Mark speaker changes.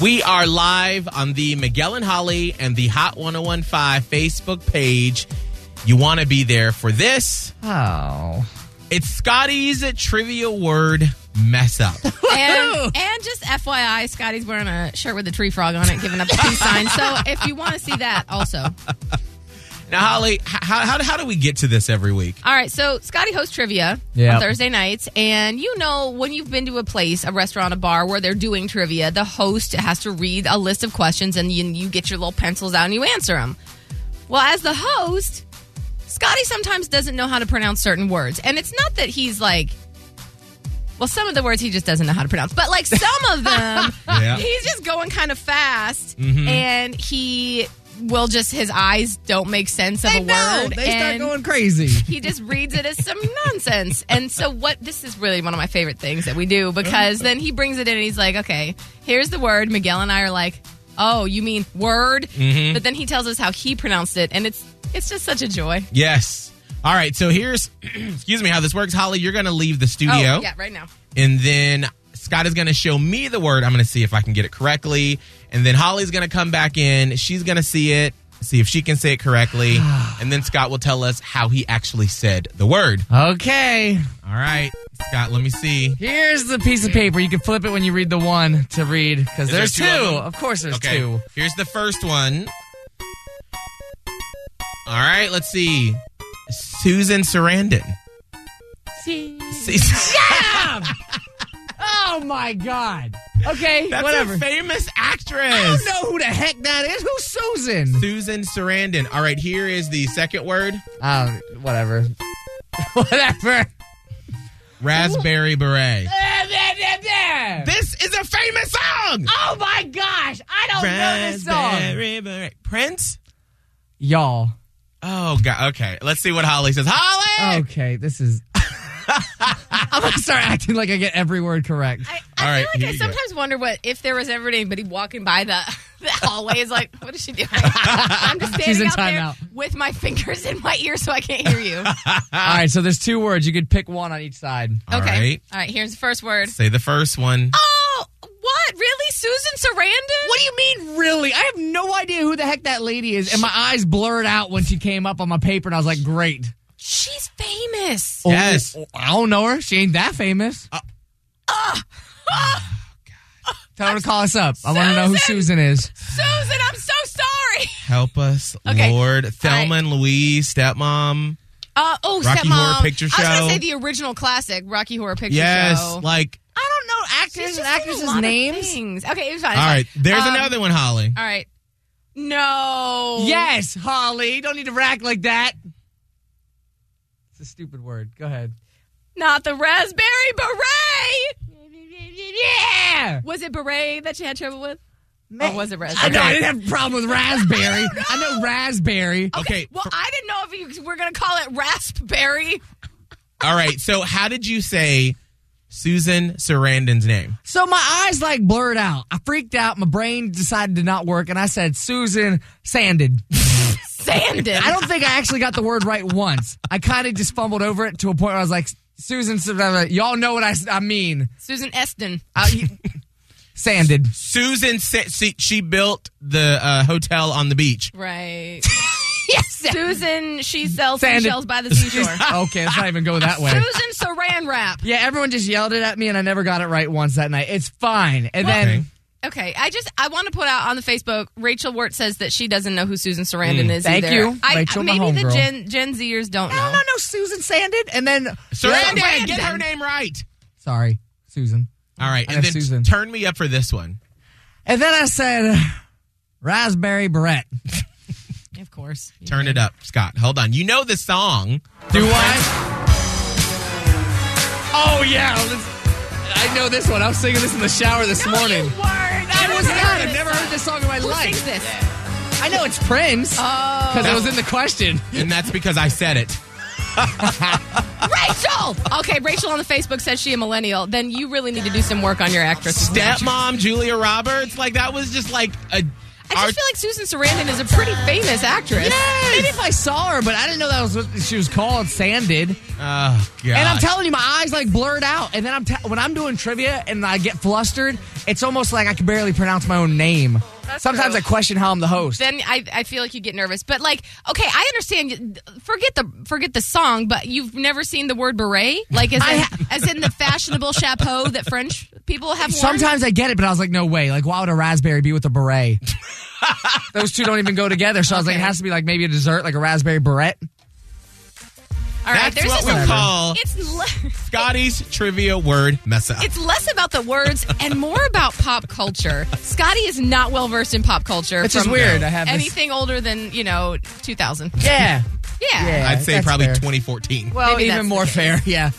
Speaker 1: We are live on the Miguel and Holly and the Hot 1015 Facebook page. You want to be there for this.
Speaker 2: Oh.
Speaker 1: It's Scotty's trivia word mess up.
Speaker 3: And, and just FYI, Scotty's wearing a shirt with a tree frog on it, giving up a peace sign. So if you want to see that also.
Speaker 1: now, Holly, h- how, how, how do we get to this every week?
Speaker 3: All right, so Scotty hosts trivia
Speaker 2: Yeah.
Speaker 3: on Thursday nights, and you know when you've been to a place, a restaurant, a bar where they're doing trivia, the host has to read a list of questions, and you, you get your little pencils out and you answer them. Well, as the host, Scotty sometimes doesn't know how to pronounce certain words, and it's not that he's like. Well, some of the words he just doesn't know how to pronounce, but like some of them,
Speaker 1: Yeah. Mm-hmm.
Speaker 3: he's just going kind of fast, and he will just his eyes don't make sense of a word.
Speaker 2: They start
Speaker 3: and
Speaker 2: going crazy.
Speaker 3: he just reads it as some nonsense. And so what this is really one of my favorite things that we do because then he brings it in and he's like, "Okay, here's the word." Miguel and I are like, "Oh, you mean word?"
Speaker 1: Mm-hmm.
Speaker 3: But then he tells us how he pronounced it and it's it's just such a joy.
Speaker 1: Yes. All right. So here's, excuse me, how this works. Holly, you're going to leave the studio.
Speaker 3: Oh, yeah, right now.
Speaker 1: and then Scott is going to show me the word. I'm going to see if I can get it correctly, and then Holly's going to come back in. She's going to see it, see if she can say it correctly, and then Scott will tell us how he actually said the word.
Speaker 2: Okay.
Speaker 1: All right, Scott, let me see.
Speaker 2: Here's the piece of paper. You can flip it when you read the one to read because
Speaker 1: there
Speaker 2: there's
Speaker 1: two
Speaker 2: two.
Speaker 1: of them?
Speaker 2: Of course, there's
Speaker 1: Okay,
Speaker 2: two.
Speaker 1: here's the first one. All right, let's see. Susan Sarandon. See-
Speaker 2: Oh my god. Okay,
Speaker 1: That's
Speaker 2: whatever.
Speaker 1: a famous actress.
Speaker 2: I don't know who the heck that is. Who's Susan?
Speaker 1: Susan Sarandon. All right, here is the second word.
Speaker 2: Um, whatever. whatever.
Speaker 1: Raspberry beret.
Speaker 2: Oh
Speaker 1: This is a famous song.
Speaker 2: my gosh. I don't know this song.
Speaker 1: Raspberry beret. Prince.
Speaker 2: Y'all.
Speaker 1: Oh God. Okay. Let's see what Holly says. Holly.
Speaker 2: Okay, this is. I'm gonna start acting like I get every word correct.
Speaker 3: I,
Speaker 1: All
Speaker 3: I
Speaker 1: right,
Speaker 3: feel
Speaker 1: here
Speaker 3: like I
Speaker 1: you go.
Speaker 3: sometimes wonder what if there was ever anybody walking by the, the hallway is like, what is she doing? I'm just
Speaker 2: She's in
Speaker 3: standing out there
Speaker 2: timeout.
Speaker 3: with my fingers in my ear so I can't hear you.
Speaker 2: All right, so there's two words. You could pick one on each side.
Speaker 1: All
Speaker 3: Oh, okay.
Speaker 1: right.
Speaker 3: All right, here's the first word.
Speaker 1: Say the first one.
Speaker 3: Oh, what? Really? Susan Sarandon?
Speaker 2: What do you mean, really? I have no idea who the heck that lady is, and my eyes blurred out when she came up on my paper, and I was like, "Great."
Speaker 3: She's famous.
Speaker 1: Yes.
Speaker 2: Oh, I don't know her. She ain't that famous. Tell her to call us up. I want to know who Susan is.
Speaker 3: Susan, I'm so sorry.
Speaker 1: Help us,
Speaker 3: Okay.
Speaker 1: Lord. Thelma
Speaker 3: right.
Speaker 1: and Louise, stepmom.
Speaker 3: Uh, oh,
Speaker 1: Rocky
Speaker 3: stepmom.
Speaker 1: Horror Picture
Speaker 3: I was
Speaker 1: Show.
Speaker 3: gonna say the original classic, Rocky Horror Picture
Speaker 1: Yes.
Speaker 3: Show.
Speaker 1: Like.
Speaker 3: I don't know
Speaker 2: actors and actresses' names?
Speaker 3: Okay, it was fine. it was
Speaker 1: All right.
Speaker 3: fine.
Speaker 1: There's
Speaker 3: Um,
Speaker 1: another one, Holly.
Speaker 3: All right.
Speaker 2: Oh.
Speaker 3: No.
Speaker 2: Yes, Holly. Don't need to rack like that. It's a stupid word. Go ahead.
Speaker 3: Not the raspberry beret.
Speaker 2: Yeah.
Speaker 3: Was it beret that she had trouble with? Or was it
Speaker 2: I
Speaker 3: raspberry?
Speaker 2: know I didn't have a problem with raspberry. I know raspberry.
Speaker 1: Okay.
Speaker 3: Well,
Speaker 1: for-
Speaker 3: I didn't know if you were gonna call it raspberry.
Speaker 1: all right. So how did you say Susan Sarandon's name?
Speaker 2: So my eyes like blurred out. I freaked out. My brain decided to not work, and I said Susan Sanded.
Speaker 3: Sanded.
Speaker 2: I don't think I actually got the word right once. I kind of just fumbled over it to a point where I was like, Susan, Sanded, y'all know what I, s- I mean.
Speaker 3: Susan Eston.
Speaker 2: I, sanded.
Speaker 1: Susan. Sa- see, she built the uh, hotel on the beach.
Speaker 3: Right. yes. Susan, she sells
Speaker 2: Sanded.
Speaker 3: seashells by the seashore.
Speaker 2: Okay, let's not even go that way.
Speaker 3: Susan Saran Wrap.
Speaker 2: Yeah, everyone just yelled it at me, and I never got it right once that night. It's fine. And then.
Speaker 1: Okay.
Speaker 3: Okay, I just I want to put out on the Facebook. Rachel Wirt says that she doesn't know who Susan Sarandon is.
Speaker 2: Mm, Thank
Speaker 3: either.
Speaker 2: you,
Speaker 3: I,
Speaker 2: Rachel, my
Speaker 3: maybe the Gen
Speaker 2: homegirl.
Speaker 3: Gen Zers don't
Speaker 2: No,
Speaker 3: know.
Speaker 2: no, no, Susan Sanded. And then.
Speaker 1: Sarandon. Get her name right.
Speaker 2: Sorry, Susan.
Speaker 1: All right.
Speaker 2: I
Speaker 1: And then
Speaker 2: have Susan.
Speaker 1: turn me up for this one.
Speaker 2: And then I said, Raspberry Barrette.
Speaker 3: Of course.
Speaker 1: Turn it up, Scott. Hold on. You know the song.
Speaker 2: Do I? Oh yeah, let's- I know this one. I was singing this in the shower this morning. I was not. I've never heard this song in my
Speaker 3: Who
Speaker 2: life.
Speaker 3: sings this?
Speaker 2: I know it's Prince
Speaker 3: Oh,
Speaker 2: because it was in the question.
Speaker 1: And that's because I said it.
Speaker 3: Rachel. Okay, Rachel on the Facebook says she a millennial. Then you really need to do some work on your actress.
Speaker 1: Stepmom Julia Roberts. Like that was just like a
Speaker 3: I just
Speaker 1: Are-
Speaker 3: feel like Susan Sarandon is a pretty famous actress.
Speaker 2: Maybe if I saw her, but I didn't know that was what she was called, sanded.
Speaker 1: Oh, God.
Speaker 2: And
Speaker 3: Uh,
Speaker 2: I'm telling you, my eyes like blurred out. And then I'm te- when I'm doing trivia and I get flustered, it's almost like I can barely pronounce my own name.
Speaker 3: That's
Speaker 2: Sometimes
Speaker 3: true.
Speaker 2: I question how I'm the host.
Speaker 3: Then I, I feel like you get nervous. But like, okay, I understand. Forget the forget the song, but you've never seen the word beret, like as
Speaker 2: I
Speaker 3: in,
Speaker 2: ha-
Speaker 3: as in the fashionable chapeau that French people have. Worn?
Speaker 2: Sometimes I get it, but I was like, no way. Like, why would a raspberry be with a beret? Those two don't even go together. So I was like, it
Speaker 3: Okay.
Speaker 2: has to be like maybe a dessert, like a raspberry beret.
Speaker 3: All
Speaker 1: That's
Speaker 3: right, there's
Speaker 1: what
Speaker 3: this-
Speaker 1: we call
Speaker 3: It's le-
Speaker 1: Scotty's trivia word mess up.
Speaker 3: it's less about the words and more about pop culture. Scotty is not well versed in pop culture.
Speaker 2: Which is
Speaker 3: from
Speaker 2: weird. I have this-
Speaker 3: anything older than you know 2000.
Speaker 2: Yeah.
Speaker 3: Yeah.
Speaker 2: Yeah.
Speaker 1: I'd say
Speaker 2: that's
Speaker 1: probably
Speaker 2: fair.
Speaker 1: 2014.
Speaker 3: Well,
Speaker 2: Even more fair. Yeah.